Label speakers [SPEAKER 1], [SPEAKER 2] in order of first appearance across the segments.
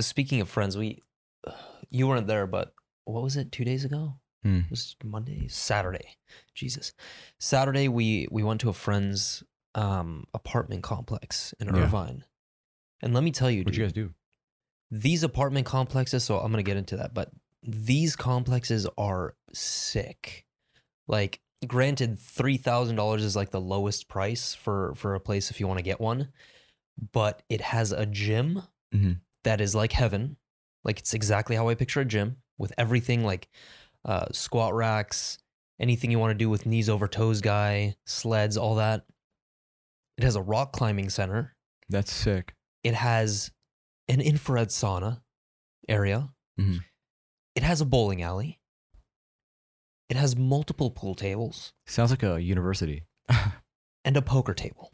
[SPEAKER 1] speaking of friends, we you weren't there, but what was it? Two days ago?
[SPEAKER 2] Hmm.
[SPEAKER 1] It was Monday, Saturday. Jesus, Saturday we we went to a friend's um, apartment complex in
[SPEAKER 2] Yeah.
[SPEAKER 1] Irvine, and let me tell you,
[SPEAKER 2] What'd
[SPEAKER 1] dude,
[SPEAKER 2] you guys do?
[SPEAKER 1] these apartment complexes. So I'm gonna get into that, but these complexes are sick. Like, granted, three thousand dollars is like the lowest price for for a place if you want to get one, but it has a gym
[SPEAKER 2] Mhm.
[SPEAKER 1] that is like heaven. Like it's exactly how I picture a gym with everything like uh, squat racks, anything you want to do with knees over toes guy, sleds, all that. It has a rock climbing center
[SPEAKER 2] That's sick.
[SPEAKER 1] it has an infrared sauna area.
[SPEAKER 2] Mhm.
[SPEAKER 1] It has a bowling alley. It has multiple pool tables
[SPEAKER 2] Sounds like a university.
[SPEAKER 1] and a poker table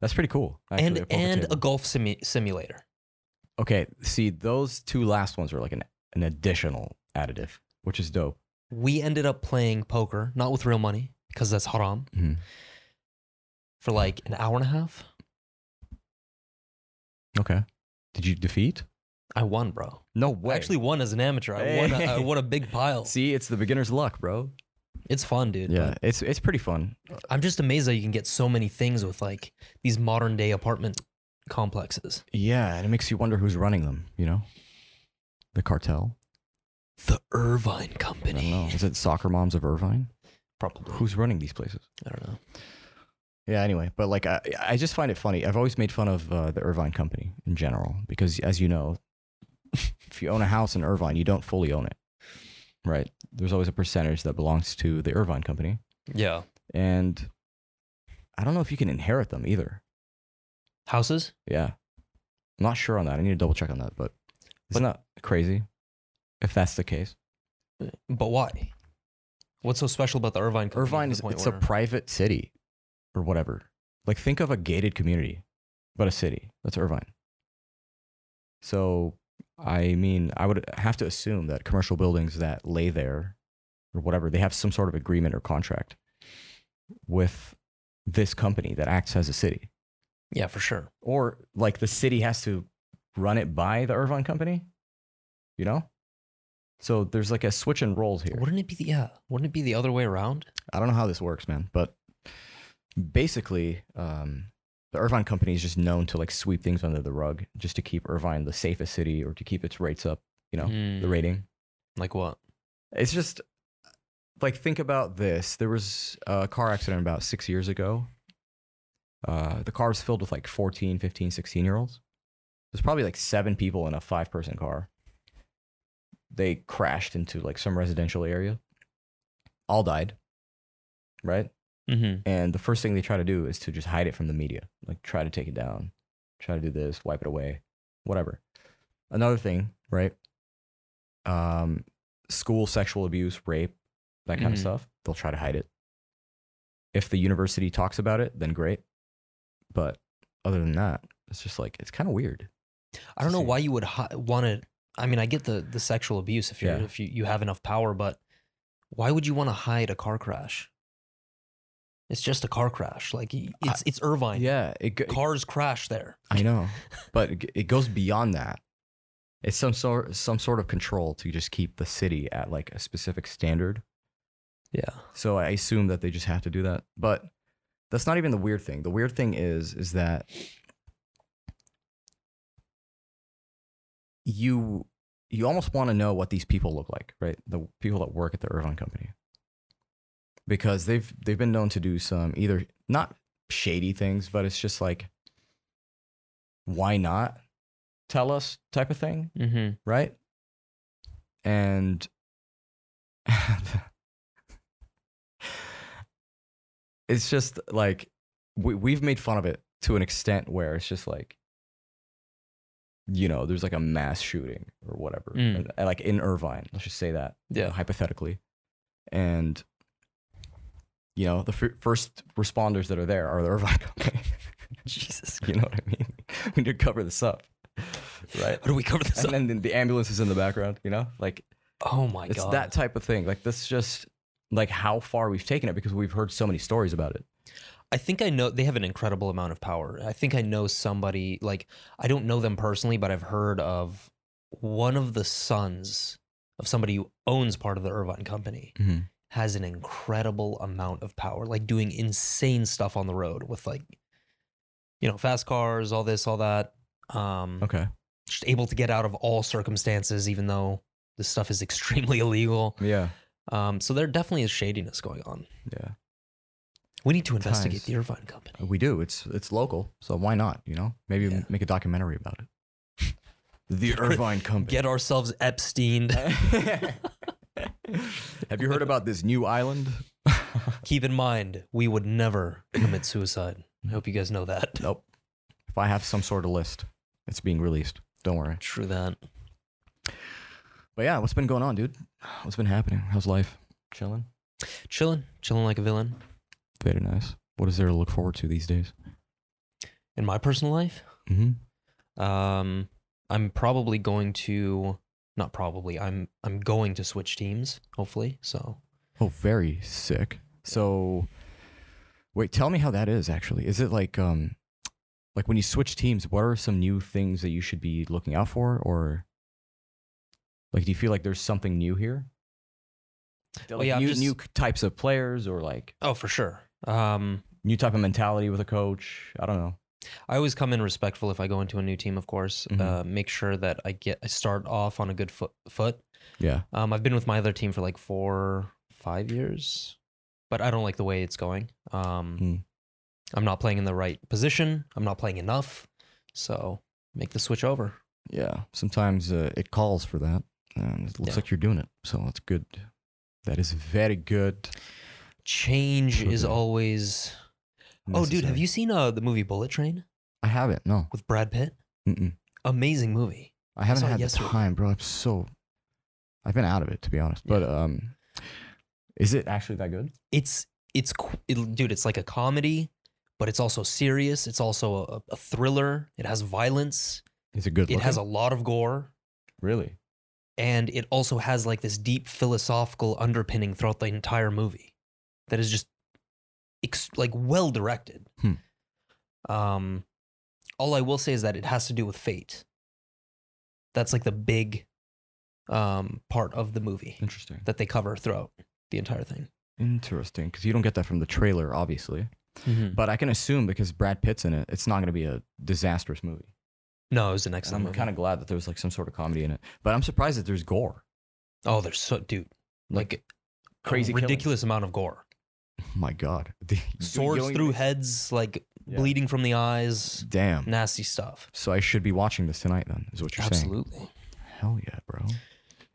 [SPEAKER 2] That's pretty cool.
[SPEAKER 1] and
[SPEAKER 2] actually, a poker
[SPEAKER 1] and
[SPEAKER 2] table.
[SPEAKER 1] a golf simu- simulator.
[SPEAKER 2] okay. See, those two last ones are like an an additional additive, which is dope.
[SPEAKER 1] We ended up playing poker, not with real money because that's haram,
[SPEAKER 2] Mhm.
[SPEAKER 1] for like an hour and a half.
[SPEAKER 2] Okay. Did you defeat?
[SPEAKER 1] I won, bro.
[SPEAKER 2] No
[SPEAKER 1] I
[SPEAKER 2] way.
[SPEAKER 1] actually won as an amateur. I won. A, I
[SPEAKER 2] Hey.
[SPEAKER 1] won a big pile.
[SPEAKER 2] see, it's the beginner's luck, bro.
[SPEAKER 1] it's fun, dude.
[SPEAKER 2] Yeah,
[SPEAKER 1] but
[SPEAKER 2] it's it's pretty fun.
[SPEAKER 1] I'm just amazed that you can get so many things with like these modern day apartment complexes.
[SPEAKER 2] Yeah, and it makes you wonder who's running them. You know, the cartel.
[SPEAKER 1] The Irvine
[SPEAKER 2] I don't
[SPEAKER 1] Company.
[SPEAKER 2] know. Is it soccer moms of Irvine?
[SPEAKER 1] Probably.
[SPEAKER 2] Who's running these places?
[SPEAKER 1] I don't know.
[SPEAKER 2] Yeah, anyway, but like I, I just find it funny. I've always made fun of uh, the Irvine company in general because, as you know, if you own a house in Irvine, you don't fully own it, right? There's always a percentage that belongs to the Irvine company,
[SPEAKER 1] Yeah.
[SPEAKER 2] and I don't know if you can inherit them either.
[SPEAKER 1] Houses?
[SPEAKER 2] Yeah, I'm not sure on that. I need to double check on that, but isn't that crazy? If that's the case,
[SPEAKER 1] But why? What's so special about the Irvine company?
[SPEAKER 2] Irvine
[SPEAKER 1] to
[SPEAKER 2] is
[SPEAKER 1] the point
[SPEAKER 2] it's a
[SPEAKER 1] where-
[SPEAKER 2] private city or whatever. Like think of a gated community, but a city. That's Irvine. So I mean, I would have to assume that commercial buildings that lay there or whatever, they have some sort of agreement or contract with this company that acts as a city.
[SPEAKER 1] Yeah, for sure.
[SPEAKER 2] Or like the city has to run it by the Irvine company, you know? So there's like a switch and roll here.
[SPEAKER 1] Wouldn't it be the yeah? Wouldn't it be the other way around?
[SPEAKER 2] I don't know how this works, man, but basically, um, the Irvine company is just known to like sweep things under the rug just to keep Irvine the safest city or to keep its rates up, you know,
[SPEAKER 1] Hmm.
[SPEAKER 2] the rating.
[SPEAKER 1] Like what?
[SPEAKER 2] It's just like think about this. There was a car accident about six years ago. Uh, the car was filled with like 14, 15, 16 year olds. There's probably like seven people in a five person car. They crashed into like some residential area, all died, right?
[SPEAKER 1] Mm-hmm.
[SPEAKER 2] And the first thing they try to do is to just hide it from the media, like try to take it down, try to do this, wipe it away, whatever. Another thing, right? Um, school sexual abuse, rape, that kind of
[SPEAKER 1] Mhm.
[SPEAKER 2] stuff. They'll try to hide it. If the university talks about it, then great. But other than that, it's just like it's kind of weird.
[SPEAKER 1] I don't know
[SPEAKER 2] see.
[SPEAKER 1] why you would hi- want to. I mean, I get the the sexual abuse if you are
[SPEAKER 2] Yeah.
[SPEAKER 1] if you, you have enough power, but why would you want to hide a car crash? It's just a car crash. Like y- it's it's Irvine.
[SPEAKER 2] Yeah, it, go-
[SPEAKER 1] Cars crash there.
[SPEAKER 2] I know, but it- it goes beyond that. It's some sort some sort of control to just keep the city at like a specific standard.
[SPEAKER 1] Yeah.
[SPEAKER 2] So I assume that they just have to do that. But that's not even the weird thing. The weird thing is is that you you almost want to know what these people look like, right? The people that work at the Irvine company. Because they've they've been known to do some either not shady things, but it's just like why not tell us type of thing
[SPEAKER 1] Mm-hmm.
[SPEAKER 2] right? And it's just like we we've made fun of it to an extent where it's just like you know, there's like a mass shooting or whatever,
[SPEAKER 1] Mm.
[SPEAKER 2] and- and like in Irvine. Let's just say that
[SPEAKER 1] Yeah.
[SPEAKER 2] hypothetically. And you know, the fir- first responders that are there are the Irvine company.
[SPEAKER 1] Jesus.
[SPEAKER 2] you know what I mean? we need to cover this up, right?
[SPEAKER 1] How do we cover this
[SPEAKER 2] and
[SPEAKER 1] up?
[SPEAKER 2] then the- the ambulance is in the background, you know? Like
[SPEAKER 1] Oh my
[SPEAKER 2] it's
[SPEAKER 1] god.
[SPEAKER 2] that type of thing. Like that's just like how far we've taken it because we've heard so many stories about it.
[SPEAKER 1] I think I know they have an incredible amount of power. I think I know somebody like I don't know them personally, but I've heard of one of the sons of somebody who owns part of the Irvine company
[SPEAKER 2] Mhm.
[SPEAKER 1] has an incredible amount of power, like doing insane stuff on the road with like, you know, fast cars, all this, all that. Um,
[SPEAKER 2] Okay.
[SPEAKER 1] Just able to get out of all circumstances, even though this stuff is extremely illegal.
[SPEAKER 2] Yeah.
[SPEAKER 1] Um, so there definitely is shadiness going on.
[SPEAKER 2] Yeah.
[SPEAKER 1] We need to
[SPEAKER 2] Ties.
[SPEAKER 1] investigate the Irvine company.
[SPEAKER 2] We do. It's it's local, so why not? You know, maybe
[SPEAKER 1] Yeah.
[SPEAKER 2] make a documentary about it. The Irvine Company.
[SPEAKER 1] Get ourselves Epstein.
[SPEAKER 2] Have you heard about this new island?
[SPEAKER 1] Keep in mind, we would never commit suicide. I hope you guys know that.
[SPEAKER 2] nope. If I have some sort of list, it's being released. Don't worry.
[SPEAKER 1] True that.
[SPEAKER 2] But yeah, what's been going on, dude? What's been happening? How's life? Chilling.
[SPEAKER 1] Chilling, chilling like a villain.
[SPEAKER 2] Very nice. What is there to look forward to these days?
[SPEAKER 1] In my personal life,
[SPEAKER 2] Mm-hmm.
[SPEAKER 1] um, I'm probably going to not probably. I'm I'm going to switch teams. Hopefully, so
[SPEAKER 2] Oh, very sick. So, wait, tell me how that is actually. Is it like, um, like when you switch teams, what are some new things that you should be looking out for, or like, do you feel like there's something new here?
[SPEAKER 1] Well,
[SPEAKER 2] like
[SPEAKER 1] yeah, I'm
[SPEAKER 2] new,
[SPEAKER 1] just-
[SPEAKER 2] new types of players, or like
[SPEAKER 1] oh for sure. Um,
[SPEAKER 2] new type of mentality with a coach. I don't know.
[SPEAKER 1] I always come in respectful if I go into a new team. Of course,
[SPEAKER 2] Mhm.
[SPEAKER 1] uh, make sure that I get I start off on a good foot. foot.
[SPEAKER 2] Yeah.
[SPEAKER 1] Um, I've been with my other team for like four, five years, but I don't like the way it's going. Um,
[SPEAKER 2] Mm.
[SPEAKER 1] I'm not playing in the right position. I'm not playing enough. So make the switch over.
[SPEAKER 2] Yeah. Sometimes uh, it calls for that. And it looks
[SPEAKER 1] Yeah.
[SPEAKER 2] like you're doing it. So that's good. That is very good.
[SPEAKER 1] Change is
[SPEAKER 2] Okay.
[SPEAKER 1] always. Oh, dude, have
[SPEAKER 2] necessary.
[SPEAKER 1] you seen uh, the movie Bullet Train
[SPEAKER 2] I haven't. No.
[SPEAKER 1] with Brad Pitt?
[SPEAKER 2] Mm-mm.
[SPEAKER 1] Amazing movie.
[SPEAKER 2] I haven't
[SPEAKER 1] saw it
[SPEAKER 2] had the
[SPEAKER 1] yesterday.
[SPEAKER 2] time, bro. I'm so I've been out of it to be honest. But um is it actually that good?
[SPEAKER 1] It's it's qu- it, dude. It's like a comedy, but it's also serious. It's also a, a thriller. It has violence.
[SPEAKER 2] Is it good?
[SPEAKER 1] It has a lot of gore.
[SPEAKER 2] really.
[SPEAKER 1] and it also has like this deep philosophical underpinning throughout the entire movie that is just ex- like well directed.
[SPEAKER 2] Hmm.
[SPEAKER 1] Um, all I will say is that it has to do with fate. That's like the big um, part of the movie
[SPEAKER 2] Interesting.
[SPEAKER 1] that they cover throughout the entire thing.
[SPEAKER 2] Interesting cuz you don't get that from the trailer obviously. But I can assume because Brad Pitt's in it, it's not going to be a disastrous movie.
[SPEAKER 1] No, it was an
[SPEAKER 2] And
[SPEAKER 1] excellent
[SPEAKER 2] I'm
[SPEAKER 1] movie.
[SPEAKER 2] kind of glad that there was like some sort of comedy in it. But I'm surprised that there's gore.
[SPEAKER 1] oh, there's so dude, like, a
[SPEAKER 2] crazy killing.
[SPEAKER 1] ridiculous amount of gore.
[SPEAKER 2] Oh My god. The- you- you
[SPEAKER 1] Swords
[SPEAKER 2] don't
[SPEAKER 1] through
[SPEAKER 2] even-
[SPEAKER 1] heads, like
[SPEAKER 2] Yeah.
[SPEAKER 1] bleeding from the eyes,
[SPEAKER 2] Damn.
[SPEAKER 1] nasty stuff.
[SPEAKER 2] So I should be watching this tonight then, is what you're
[SPEAKER 1] Absolutely.
[SPEAKER 2] saying. Hell yeah, bro.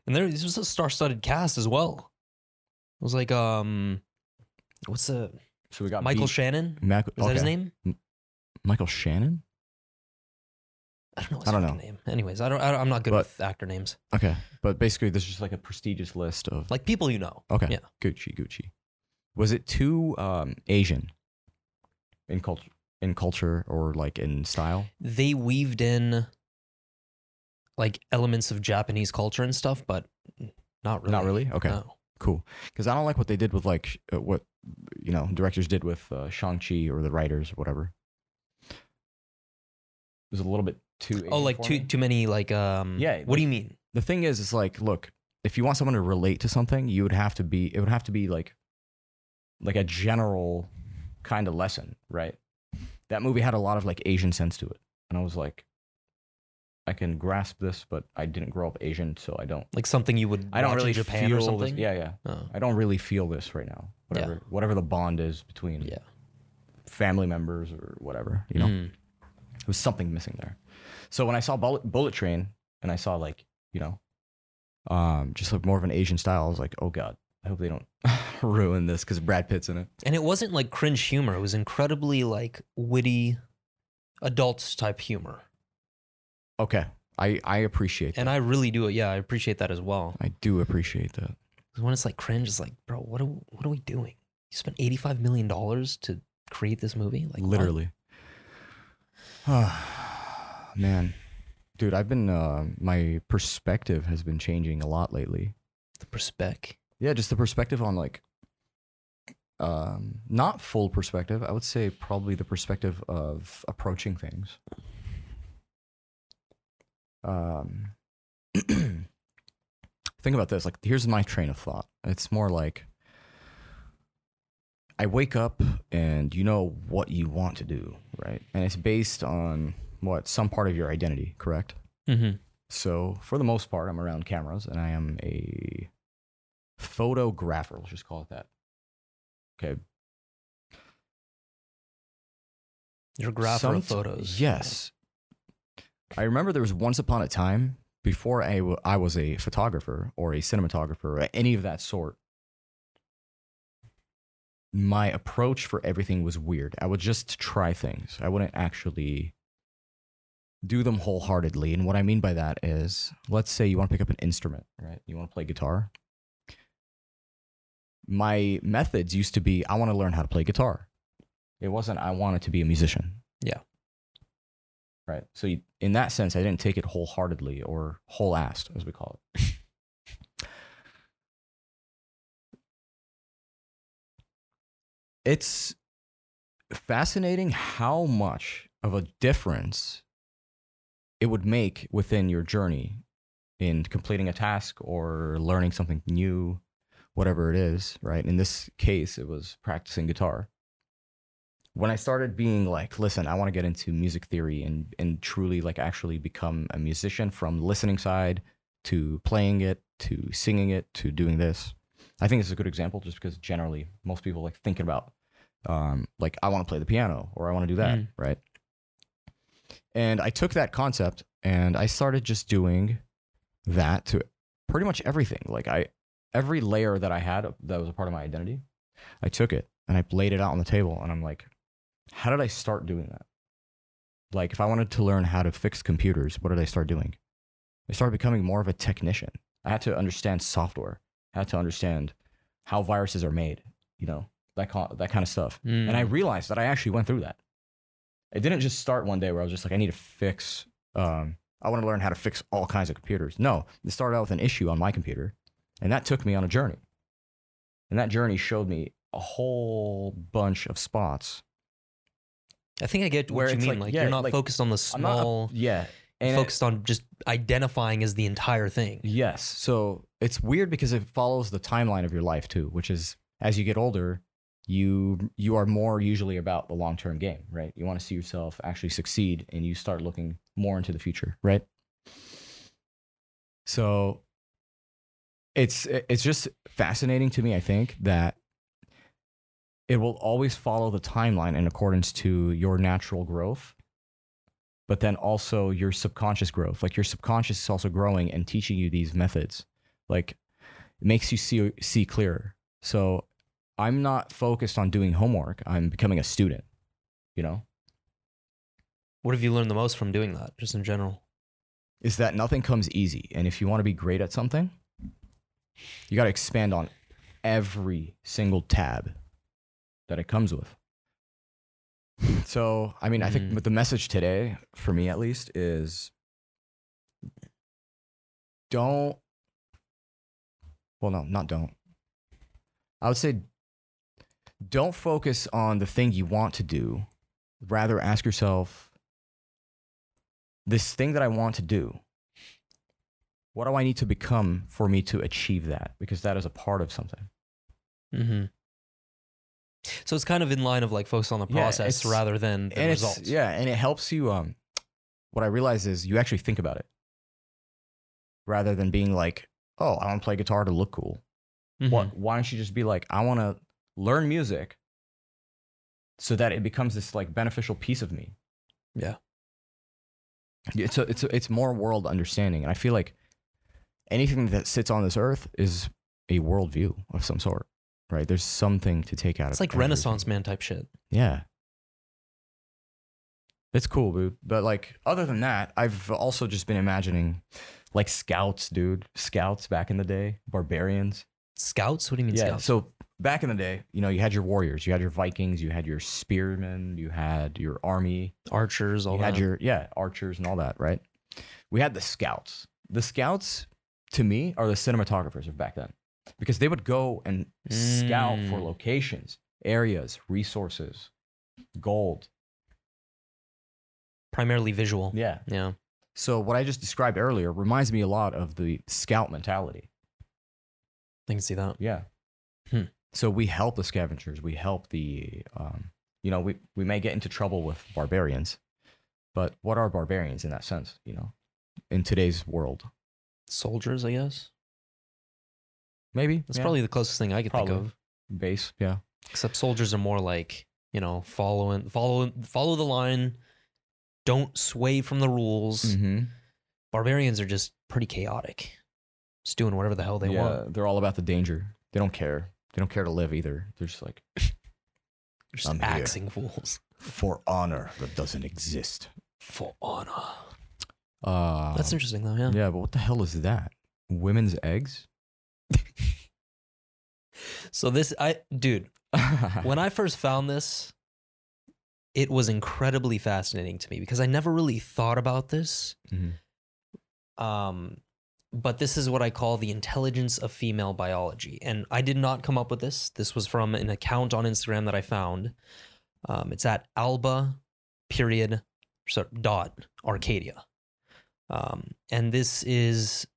[SPEAKER 1] And there this was a star-studded cast as well. It was like um what's the
[SPEAKER 2] So we got
[SPEAKER 1] Michael
[SPEAKER 2] beat.
[SPEAKER 1] Shannon?
[SPEAKER 2] Mac-
[SPEAKER 1] Is that his
[SPEAKER 2] Uh, okay.
[SPEAKER 1] name?
[SPEAKER 2] Michael Shannon?
[SPEAKER 1] I don't know his
[SPEAKER 2] I don't
[SPEAKER 1] fucking
[SPEAKER 2] know.
[SPEAKER 1] name. Anyways, I don't, I don't I'm not good
[SPEAKER 2] But-
[SPEAKER 1] with actor names.
[SPEAKER 2] Okay, but basically, this is just like a prestigious list of
[SPEAKER 1] Like people you know.
[SPEAKER 2] okay,
[SPEAKER 1] yeah.
[SPEAKER 2] Gucci, Gucci. Was it too um, Asian in culture, in culture, or like in style?
[SPEAKER 1] They weaved in like elements of Japanese culture and stuff, but not really.
[SPEAKER 2] Not really. Okay,
[SPEAKER 1] No.
[SPEAKER 2] cool. Because I don't like what they did with like uh, what you know directors did with uh, Shang Chi or the writers or whatever. It was a little bit too.
[SPEAKER 1] Oh,
[SPEAKER 2] Asian
[SPEAKER 1] like
[SPEAKER 2] for
[SPEAKER 1] too
[SPEAKER 2] me.
[SPEAKER 1] too many like um
[SPEAKER 2] Yeah,
[SPEAKER 1] what do you mean?
[SPEAKER 2] the thing is, it's like, look, if you want someone to relate to something, you would have to be, it would have to be like, like a general kind of lesson, right? That movie had a lot of like Asian sense to it, and I was like, I can grasp this, but I didn't grow up Asian, so I don't,
[SPEAKER 1] Like something you would
[SPEAKER 2] I don't
[SPEAKER 1] watch
[SPEAKER 2] really
[SPEAKER 1] in Japan
[SPEAKER 2] feel
[SPEAKER 1] or
[SPEAKER 2] this-
[SPEAKER 1] something?
[SPEAKER 2] yeah, yeah,
[SPEAKER 1] Oh,
[SPEAKER 2] I don't really feel this right now.
[SPEAKER 1] Yeah.
[SPEAKER 2] Whatever, whatever the bond is between
[SPEAKER 1] Yeah.
[SPEAKER 2] family members or whatever, you know
[SPEAKER 1] Mm.
[SPEAKER 2] there was something missing there. So when I saw Bullet, Bullet Train and I saw like, you know, um, just like more of an Asian style, I was like, oh God, I hope they don't ruin this because Brad Pitt's in it.
[SPEAKER 1] And it wasn't like cringe humor. It was incredibly like witty adult type humor.
[SPEAKER 2] Okay. I, I appreciate
[SPEAKER 1] And
[SPEAKER 2] that.
[SPEAKER 1] I really do it. Yeah, I appreciate that as well.
[SPEAKER 2] I do appreciate that.
[SPEAKER 1] 'Cause when it's like cringe, it's like, bro, what are, what are we doing? You spent $85 million to create this movie? Like, what?
[SPEAKER 2] Literally. Man. Dude, I've been, uh, my perspective has been changing a lot lately.
[SPEAKER 1] The perspec.
[SPEAKER 2] yeah just the perspective on like um not full perspective i would say probably the perspective of approaching things um think about this. Like, here's my train of thought. It's more like I wake up and you know what you want to do, right? And it's based on what some part of your identity, correct?
[SPEAKER 1] Mm-hmm.
[SPEAKER 2] So for the most part, I'm around cameras and I am a photographer. Let's just call it that. Okay.
[SPEAKER 1] Your graph
[SPEAKER 2] Somet-
[SPEAKER 1] of photos.
[SPEAKER 2] Yes. I remember there was once upon a time before I wa- I was a photographer or a cinematographer or any of that sort. My approach for everything was weird. I would just try things. I wouldn't actually do them wholeheartedly. And what I mean by that is, let's say you want to pick up an instrument, right? You want to play guitar. My methods used to be I want to learn how to play guitar. It wasn't I wanted to be a musician. Right. So you, in that sense, I didn't take it wholeheartedly or whole assed, as we call it. it's fascinating how much of a difference it would make within your journey in completing a task or learning something new, whatever it is, right? In this case, it was practicing guitar when I started being like, listen, I want to get into music theory and and truly like actually become a musician from listening side to playing it to singing it to doing this. I think it's a good example just because generally most people like thinking about um, like I want to play the piano or I want to do that,
[SPEAKER 1] Mm.
[SPEAKER 2] right? And I took that concept and I started just doing that to pretty much everything. Like I every layer that I had that was a part of my identity, I took it and I laid it out on the table and I'm like, how did I start doing that? Like, if I wanted to learn how to fix computers, what did I start doing? I started becoming more of a technician. I had to understand software. I had to understand how viruses are made, you know, that, kind that kind of stuff.
[SPEAKER 1] Mm.
[SPEAKER 2] And I realized that I actually went through that. It didn't just start one day where I was just like, I need to fix, um, I want to learn how to fix all kinds of computers. No, it started out with an issue on my computer. And that took me on a journey. And that journey showed me a whole bunch of spots
[SPEAKER 1] I think I get
[SPEAKER 2] Where
[SPEAKER 1] what you
[SPEAKER 2] it's
[SPEAKER 1] mean.
[SPEAKER 2] like,
[SPEAKER 1] Like,
[SPEAKER 2] yeah,
[SPEAKER 1] you're not
[SPEAKER 2] like,
[SPEAKER 1] focused on the
[SPEAKER 2] I'm not up-
[SPEAKER 1] small.
[SPEAKER 2] yeah.
[SPEAKER 1] you're
[SPEAKER 2] And it-
[SPEAKER 1] focused on just identifying as the entire thing.
[SPEAKER 2] yes. So it's weird because it follows the timeline of your life too, which is as you get older, you you are more usually about the long term game, right? You want to see yourself actually succeed, and you start looking more into the future, right? So it's it's just fascinating to me. I think that it will always follow the timeline in accordance to your natural growth but then also your subconscious growth like your subconscious is also growing and teaching you these methods like it makes you see see clearer so i'm not focused on doing homework i'm becoming a student you know
[SPEAKER 1] What have you learned the most from doing that, just in general?
[SPEAKER 2] is that nothing comes easy and if you want to be great at something you got to expand on every single tab that it comes with so i mean i think
[SPEAKER 1] Mm.
[SPEAKER 2] the message today for me at least is don't well no not don't i would say don't focus on the thing you want to do rather ask yourself this thing that i want to do what do i need to become for me to achieve that because that is a part of something
[SPEAKER 1] Mm-hmm. So it's kind of in line of like focus on the
[SPEAKER 2] Yeah,
[SPEAKER 1] process
[SPEAKER 2] it's-
[SPEAKER 1] rather than the
[SPEAKER 2] and it's-
[SPEAKER 1] results.
[SPEAKER 2] yeah and it helps you um what i realize is you actually think about it rather than being like oh i want to play guitar to look cool
[SPEAKER 1] Mhm.
[SPEAKER 2] Why, why don't you just be like, I want to learn music so that it becomes this like beneficial piece of me?
[SPEAKER 1] Yeah.
[SPEAKER 2] It's, a, it's, a, it's more world understanding. And I feel like anything that sits on this earth is a worldview of some sort, right? There's something to take out
[SPEAKER 1] It's
[SPEAKER 2] of
[SPEAKER 1] like
[SPEAKER 2] everything.
[SPEAKER 1] Renaissance man type shit.
[SPEAKER 2] Yeah. It's cool, dude. But like, other than that, I've also just been imagining like scouts, dude. Scouts back in the day, barbarians
[SPEAKER 1] Scouts? What do you mean
[SPEAKER 2] yeah.
[SPEAKER 1] scouts?
[SPEAKER 2] So back in the day, you know, you had your warriors, you had your Vikings, you had your spearmen, you had your army,
[SPEAKER 1] Archers, all
[SPEAKER 2] you had
[SPEAKER 1] that.
[SPEAKER 2] your yeah archers and all that, right? We had the scouts. The scouts, to me, are the cinematographers of back then because they would go and scout for
[SPEAKER 1] Mm.
[SPEAKER 2] locations, areas, resources, gold.
[SPEAKER 1] Primarily visual.
[SPEAKER 2] Yeah.
[SPEAKER 1] Yeah.
[SPEAKER 2] So what I just described earlier reminds me a lot of the scout mentality.
[SPEAKER 1] I can see that.
[SPEAKER 2] Yeah.
[SPEAKER 1] Hmm.
[SPEAKER 2] So we help the scavengers. We help the, um, you know, we, we may get into trouble with barbarians, but what are barbarians in that sense, you know, in today's world?
[SPEAKER 1] Soldiers, I guess.
[SPEAKER 2] Maybe.
[SPEAKER 1] That's
[SPEAKER 2] yeah.
[SPEAKER 1] probably the closest thing I could think
[SPEAKER 2] Probably.
[SPEAKER 1] of.
[SPEAKER 2] base. Yeah.
[SPEAKER 1] Except soldiers are more like, you know, following follow follow the line, don't sway from the rules.
[SPEAKER 2] Mm-hmm.
[SPEAKER 1] Barbarians are just pretty chaotic. Just doing whatever the hell they want.
[SPEAKER 2] They're all about the danger. They don't care. They don't care to live either. They're just like,
[SPEAKER 1] They're just
[SPEAKER 2] I'm here.
[SPEAKER 1] axing fools.
[SPEAKER 2] for honor that doesn't exist.
[SPEAKER 1] For honor.
[SPEAKER 2] Uh,
[SPEAKER 1] That's interesting though, yeah.
[SPEAKER 2] Yeah, but what the hell is that? Women's eggs?
[SPEAKER 1] So this I dude, when I first found this, it was incredibly fascinating to me because I never really thought about this.
[SPEAKER 2] Mhm.
[SPEAKER 1] Um, but this is what I call the intelligence of female biology. And I did not come up with this. This was from an account on Instagram that I found. Um, it's at alba period so, dot arcadia. Um, and this is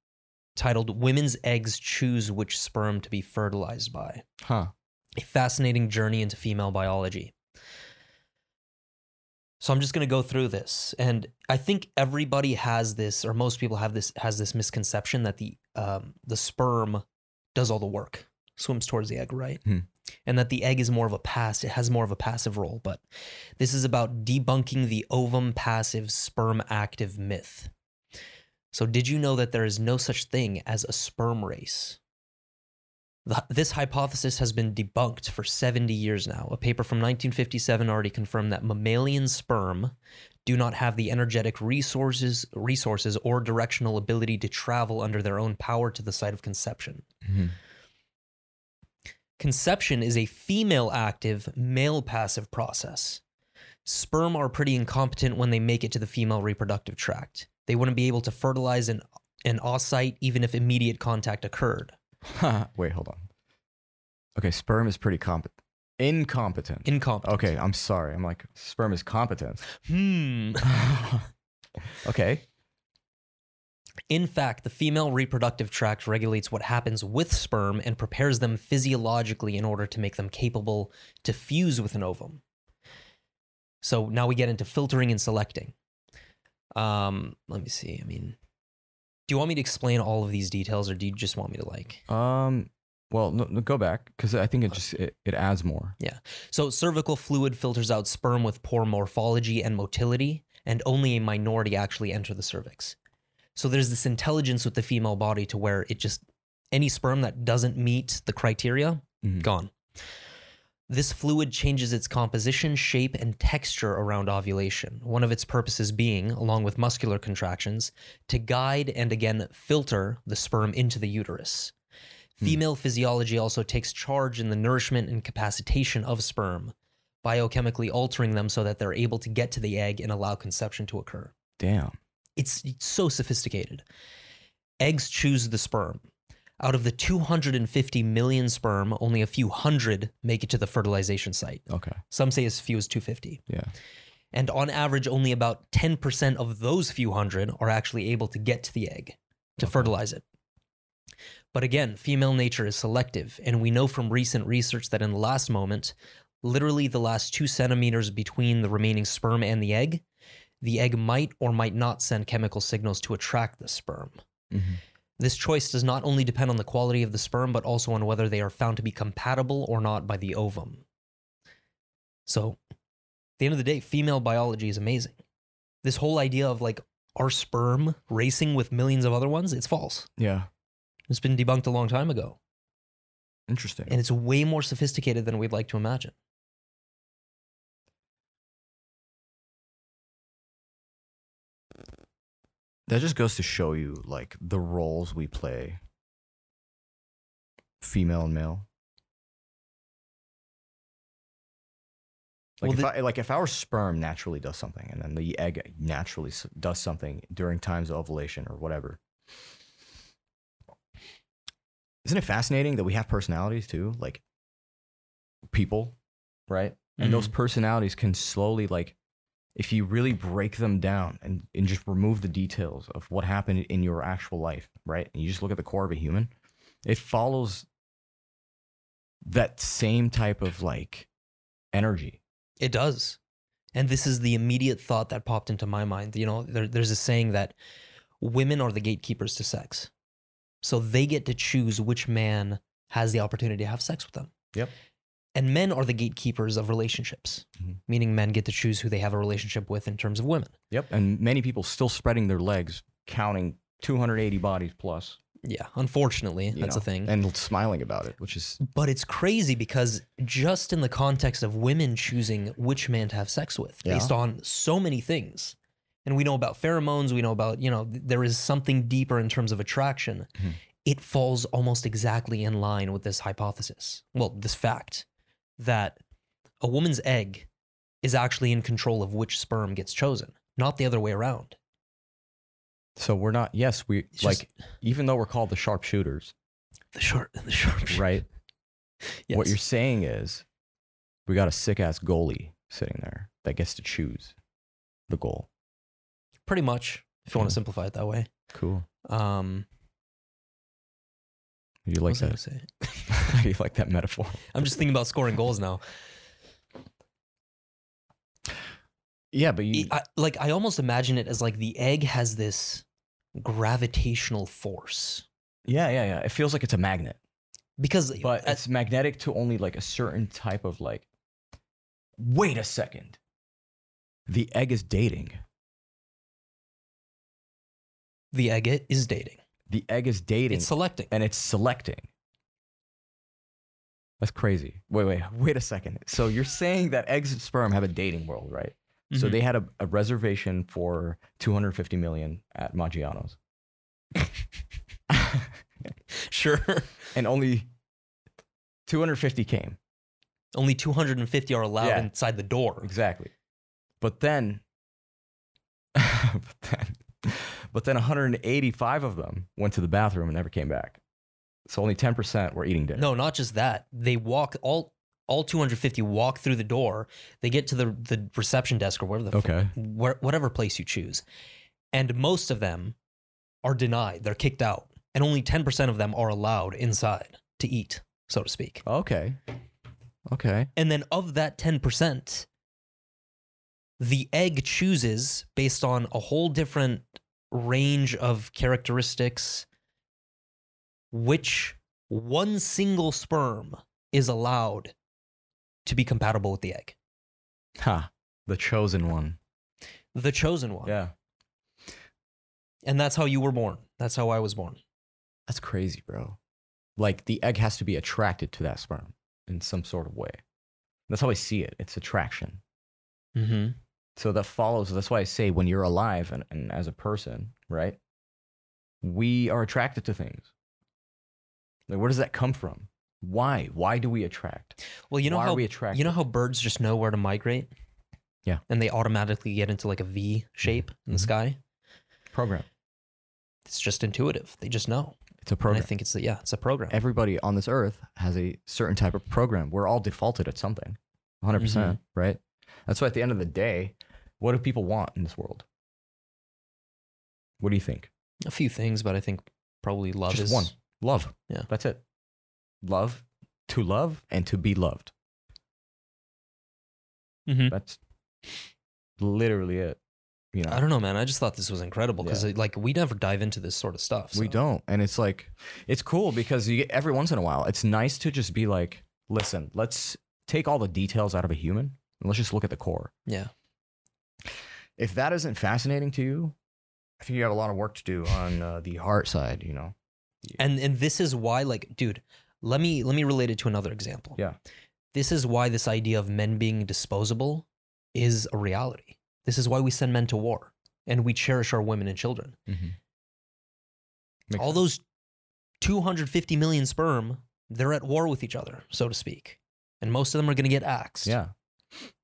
[SPEAKER 1] titled Women's Eggs Choose Which Sperm to Be Fertilized By
[SPEAKER 2] huh.
[SPEAKER 1] a fascinating journey into female biology. So I'm just going to go through this, and I think everybody has this, or most people have this, has this misconception that the um, the sperm does all the work, swims towards the egg, right?
[SPEAKER 2] Hmm.
[SPEAKER 1] And that the egg is more of a pass, it has more of a passive role. But this is about debunking the ovum passive, sperm active myth. So did you know that there is no such thing as a sperm race? The, this hypothesis has been debunked for 70 years now. A paper from 1957 already confirmed that mammalian sperm do not have the energetic resources, resources or directional ability to travel under their own power to the site of conception.
[SPEAKER 2] Mhm.
[SPEAKER 1] Conception is a female active, male passive process. Sperm are pretty incompetent when they make it to the female reproductive tract. They wouldn't be able to fertilize an, an oocyte even if immediate contact occurred.
[SPEAKER 2] Wait, hold on. Okay, sperm is pretty competent. Incompetent.
[SPEAKER 1] Incompetent.
[SPEAKER 2] okay, I'm sorry. I'm like, sperm is competent.
[SPEAKER 1] Hmm.
[SPEAKER 2] okay.
[SPEAKER 1] In fact, the female reproductive tract regulates what happens with sperm and prepares them physiologically in order to make them capable to fuse with an ovum. So now we get into filtering and selecting. Um, let me see. I mean, do you want me to explain all of these details or do you just want me to like
[SPEAKER 2] Um. Well, no, no, go back because I think it just it, it adds more.
[SPEAKER 1] So, cervical fluid filters out sperm with poor morphology and motility, and only a minority actually enter the cervix. So, there's this intelligence with the female body to where it just, any sperm that doesn't meet the criteria,
[SPEAKER 2] Mhm.
[SPEAKER 1] gone. This fluid changes its composition, shape, and texture around ovulation, one of its purposes being, along with muscular contractions, to guide and again filter the sperm into the uterus.
[SPEAKER 2] Hmm.
[SPEAKER 1] Female physiology also takes charge in the nourishment and capacitation of sperm, biochemically altering them so that they're able to get to the egg and allow conception to occur.
[SPEAKER 2] Damn.
[SPEAKER 1] It's, it's so sophisticated. Eggs choose the sperm. Out of the 250 million sperm, only a few hundred make it to the fertilization site.
[SPEAKER 2] Okay.
[SPEAKER 1] Some say as few as 250.
[SPEAKER 2] Yeah.
[SPEAKER 1] And on average, only about 10% of those few hundred are actually able to get to the egg to
[SPEAKER 2] Okay.
[SPEAKER 1] fertilize it. But again, female nature is selective, and we know from recent research that in the last moment, literally the last two centimeters between the remaining sperm and the egg, the egg might or might not send chemical signals to attract the sperm.
[SPEAKER 2] Mhm.
[SPEAKER 1] This choice does not only depend on the quality of the sperm, but also on whether they are found to be compatible or not by the ovum. So, at the end of the day, female biology is amazing. This whole idea of like our sperm racing with millions of other ones, it's false.
[SPEAKER 2] Yeah.
[SPEAKER 1] It's been debunked a long time ago.
[SPEAKER 2] Interesting.
[SPEAKER 1] And it's way more sophisticated than we'd like to imagine.
[SPEAKER 2] that just goes to show you like the roles we play female and male like,
[SPEAKER 1] Well,
[SPEAKER 2] if
[SPEAKER 1] the-
[SPEAKER 2] I, like if our sperm naturally does something and then the egg naturally s- does something during times of ovulation or whatever isn't it fascinating that we have personalities too like people right and
[SPEAKER 1] Mm-hmm.
[SPEAKER 2] those personalities can slowly like if you really break them down and, and just remove the details of what happened in your actual life right and you just look at the core of a human it follows that same type of like energy.
[SPEAKER 1] It does. And this is the immediate thought that popped into my mind. You know, there, there's a saying that women are the gatekeepers to sex. So they get to choose which man has the opportunity to have sex with them.
[SPEAKER 2] Yep.
[SPEAKER 1] And men are the gatekeepers of relationships,
[SPEAKER 2] Mhm.
[SPEAKER 1] meaning men get to choose who they have a relationship with in terms of women.
[SPEAKER 2] Yep. And many people still spreading their legs, counting 280 bodies plus.
[SPEAKER 1] Yeah, unfortunately,
[SPEAKER 2] you
[SPEAKER 1] that's
[SPEAKER 2] know,
[SPEAKER 1] a thing.
[SPEAKER 2] And smiling about it, which is
[SPEAKER 1] but it's crazy because just in the context of women choosing which man to have sex with
[SPEAKER 2] Yeah.
[SPEAKER 1] based on so many things and we know about pheromones we know about you know th- there is something deeper in terms of attraction
[SPEAKER 2] Mhm.
[SPEAKER 1] it falls almost exactly in line with this hypothesis well this fact that a woman's egg is actually in control of which sperm gets chosen not the other way around
[SPEAKER 2] so we're not, yes, we
[SPEAKER 1] It's
[SPEAKER 2] like,
[SPEAKER 1] just-
[SPEAKER 2] even though we're called the sharpshooters,
[SPEAKER 1] the short the short
[SPEAKER 2] right?
[SPEAKER 1] yes.
[SPEAKER 2] What you're saying is we got a sick ass goalie sitting there that gets to choose the goal.
[SPEAKER 1] pretty much if you want
[SPEAKER 2] Yeah.
[SPEAKER 1] to simplify it that way
[SPEAKER 2] Cool.
[SPEAKER 1] um
[SPEAKER 2] Do you
[SPEAKER 1] what
[SPEAKER 2] like
[SPEAKER 1] was I
[SPEAKER 2] that?
[SPEAKER 1] gonna say?
[SPEAKER 2] How do you like that metaphor?
[SPEAKER 1] I'm just thinking about scoring goals now.
[SPEAKER 2] Yeah, but
[SPEAKER 1] It- E, I, like I almost imagine it as like the egg has this gravitational force
[SPEAKER 2] yeah, yeah, yeah. It feels like it's a magnet,
[SPEAKER 1] because
[SPEAKER 2] but
[SPEAKER 1] at-
[SPEAKER 2] it's magnetic to only like a certain type of like. Wait a second. The egg is dating.
[SPEAKER 1] the egg it is dating.
[SPEAKER 2] The egg is dating,
[SPEAKER 1] It's selecting.
[SPEAKER 2] and it's selecting. That's crazy. Wait, wait, wait a second. So you're saying that eggs and sperm have a dating world, right? So
[SPEAKER 1] Mhm.
[SPEAKER 2] they had a, a reservation for 250 million at Maggiano's,
[SPEAKER 1] sure
[SPEAKER 2] and only 250 came
[SPEAKER 1] only 250 are allowed
[SPEAKER 2] Yeah.
[SPEAKER 1] inside the door.
[SPEAKER 2] exactly. But then, but then, but then 185 of them went to the bathroom and never came back. So only 10% were eating dinner.
[SPEAKER 1] No, not just that. They walk all all 250 walk through the door. They get to the the reception desk or whatever the fuck
[SPEAKER 2] Okay.
[SPEAKER 1] where, whatever place you choose. And most of them are denied, they're kicked out. And only 10% of them are allowed inside to eat, so to speak.
[SPEAKER 2] Okay. Okay.
[SPEAKER 1] And then of that 10%, the egg chooses based on a whole different range of characteristics which one single sperm is allowed to be compatible with the egg.
[SPEAKER 2] Huh. The chosen one.
[SPEAKER 1] The chosen one.
[SPEAKER 2] Yeah.
[SPEAKER 1] And that's how you were born. That's how I was born.
[SPEAKER 2] That's crazy, bro. Like the egg has to be attracted to that sperm in some sort of way. That's how I see it. It's attraction.
[SPEAKER 1] Mm-hmm.
[SPEAKER 2] So that follows. That's why I say when you're alive and, and as a person, right? We are attracted to things. Like, where does that come from? Why? Why do we attract?
[SPEAKER 1] Well, you know
[SPEAKER 2] why
[SPEAKER 1] how
[SPEAKER 2] are we attracted?
[SPEAKER 1] you know how birds just know where to migrate.
[SPEAKER 2] Yeah.
[SPEAKER 1] and they automatically get into like a V shape in the
[SPEAKER 2] Mhm.
[SPEAKER 1] sky.
[SPEAKER 2] program.
[SPEAKER 1] It's just intuitive. They just know.
[SPEAKER 2] It's a
[SPEAKER 1] And I
[SPEAKER 2] program.
[SPEAKER 1] think it's the, yeah, it's a program.
[SPEAKER 2] Everybody on this earth has a certain type of program. We're all defaulted at something, 100%,
[SPEAKER 1] Mm-hmm.
[SPEAKER 2] percent right? That's why at the end of the day, what do people want in this world? What do you think?
[SPEAKER 1] a few things, but I think probably love
[SPEAKER 2] Just
[SPEAKER 1] is
[SPEAKER 2] one. Love.
[SPEAKER 1] Yeah.
[SPEAKER 2] That's it. Love, to love, and to be loved.
[SPEAKER 1] Mhm.
[SPEAKER 2] That's literally it. You know,
[SPEAKER 1] I don't know, man. I just thought this was incredible because
[SPEAKER 2] Yeah.
[SPEAKER 1] like we never dive into this sort of stuff.
[SPEAKER 2] we
[SPEAKER 1] so.
[SPEAKER 2] don't. And it's like, it's cool because you get, every once in a while, it's nice to just be like, listen, let's take all the details out of a human and let's just look at the core.
[SPEAKER 1] Yeah.
[SPEAKER 2] If that isn't fascinating to you, I think you have a lot of work to do on uh, the heart side, you know?
[SPEAKER 1] And and this is why, like, dude, let me let me relate it to another example.
[SPEAKER 2] Yeah.
[SPEAKER 1] This is why this idea of men being disposable is a reality. This is why we send men to war and we cherish our women and children.
[SPEAKER 2] Mm-hmm.
[SPEAKER 1] all those 250 million sperm, they're at war with each other, so to speak. And most of them are going to get axed.
[SPEAKER 2] Yeah.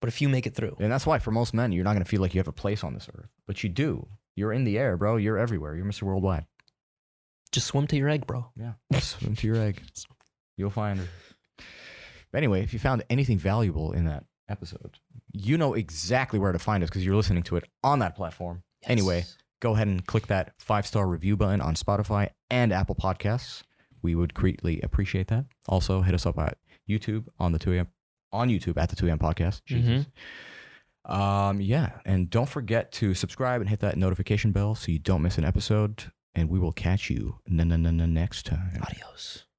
[SPEAKER 1] But if you make it through,
[SPEAKER 2] And that's why for most men, you're not going to feel like you have a place on this earth, but you do. You're in the air, bro. You're everywhere. You're Mr. Worldwide.
[SPEAKER 1] just swim to your egg, bro.
[SPEAKER 2] Yeah. Swim to your egg. You'll find her. Anyway, if you found anything valuable in that episode, you know exactly where to find us because you're listening to it on that platform. Anyway,
[SPEAKER 1] Yes.
[SPEAKER 2] Go ahead and click that five star review button on Spotify and Apple Podcasts. we would greatly appreciate that. Also, hit us up at YouTube on the 2am on YouTube at the 2am podcast. Jesus. Um, yeah, and don't forget to subscribe and hit that notification bell so you don't miss an episode. And we will catch you n- n- n- n- next time.
[SPEAKER 1] Adios.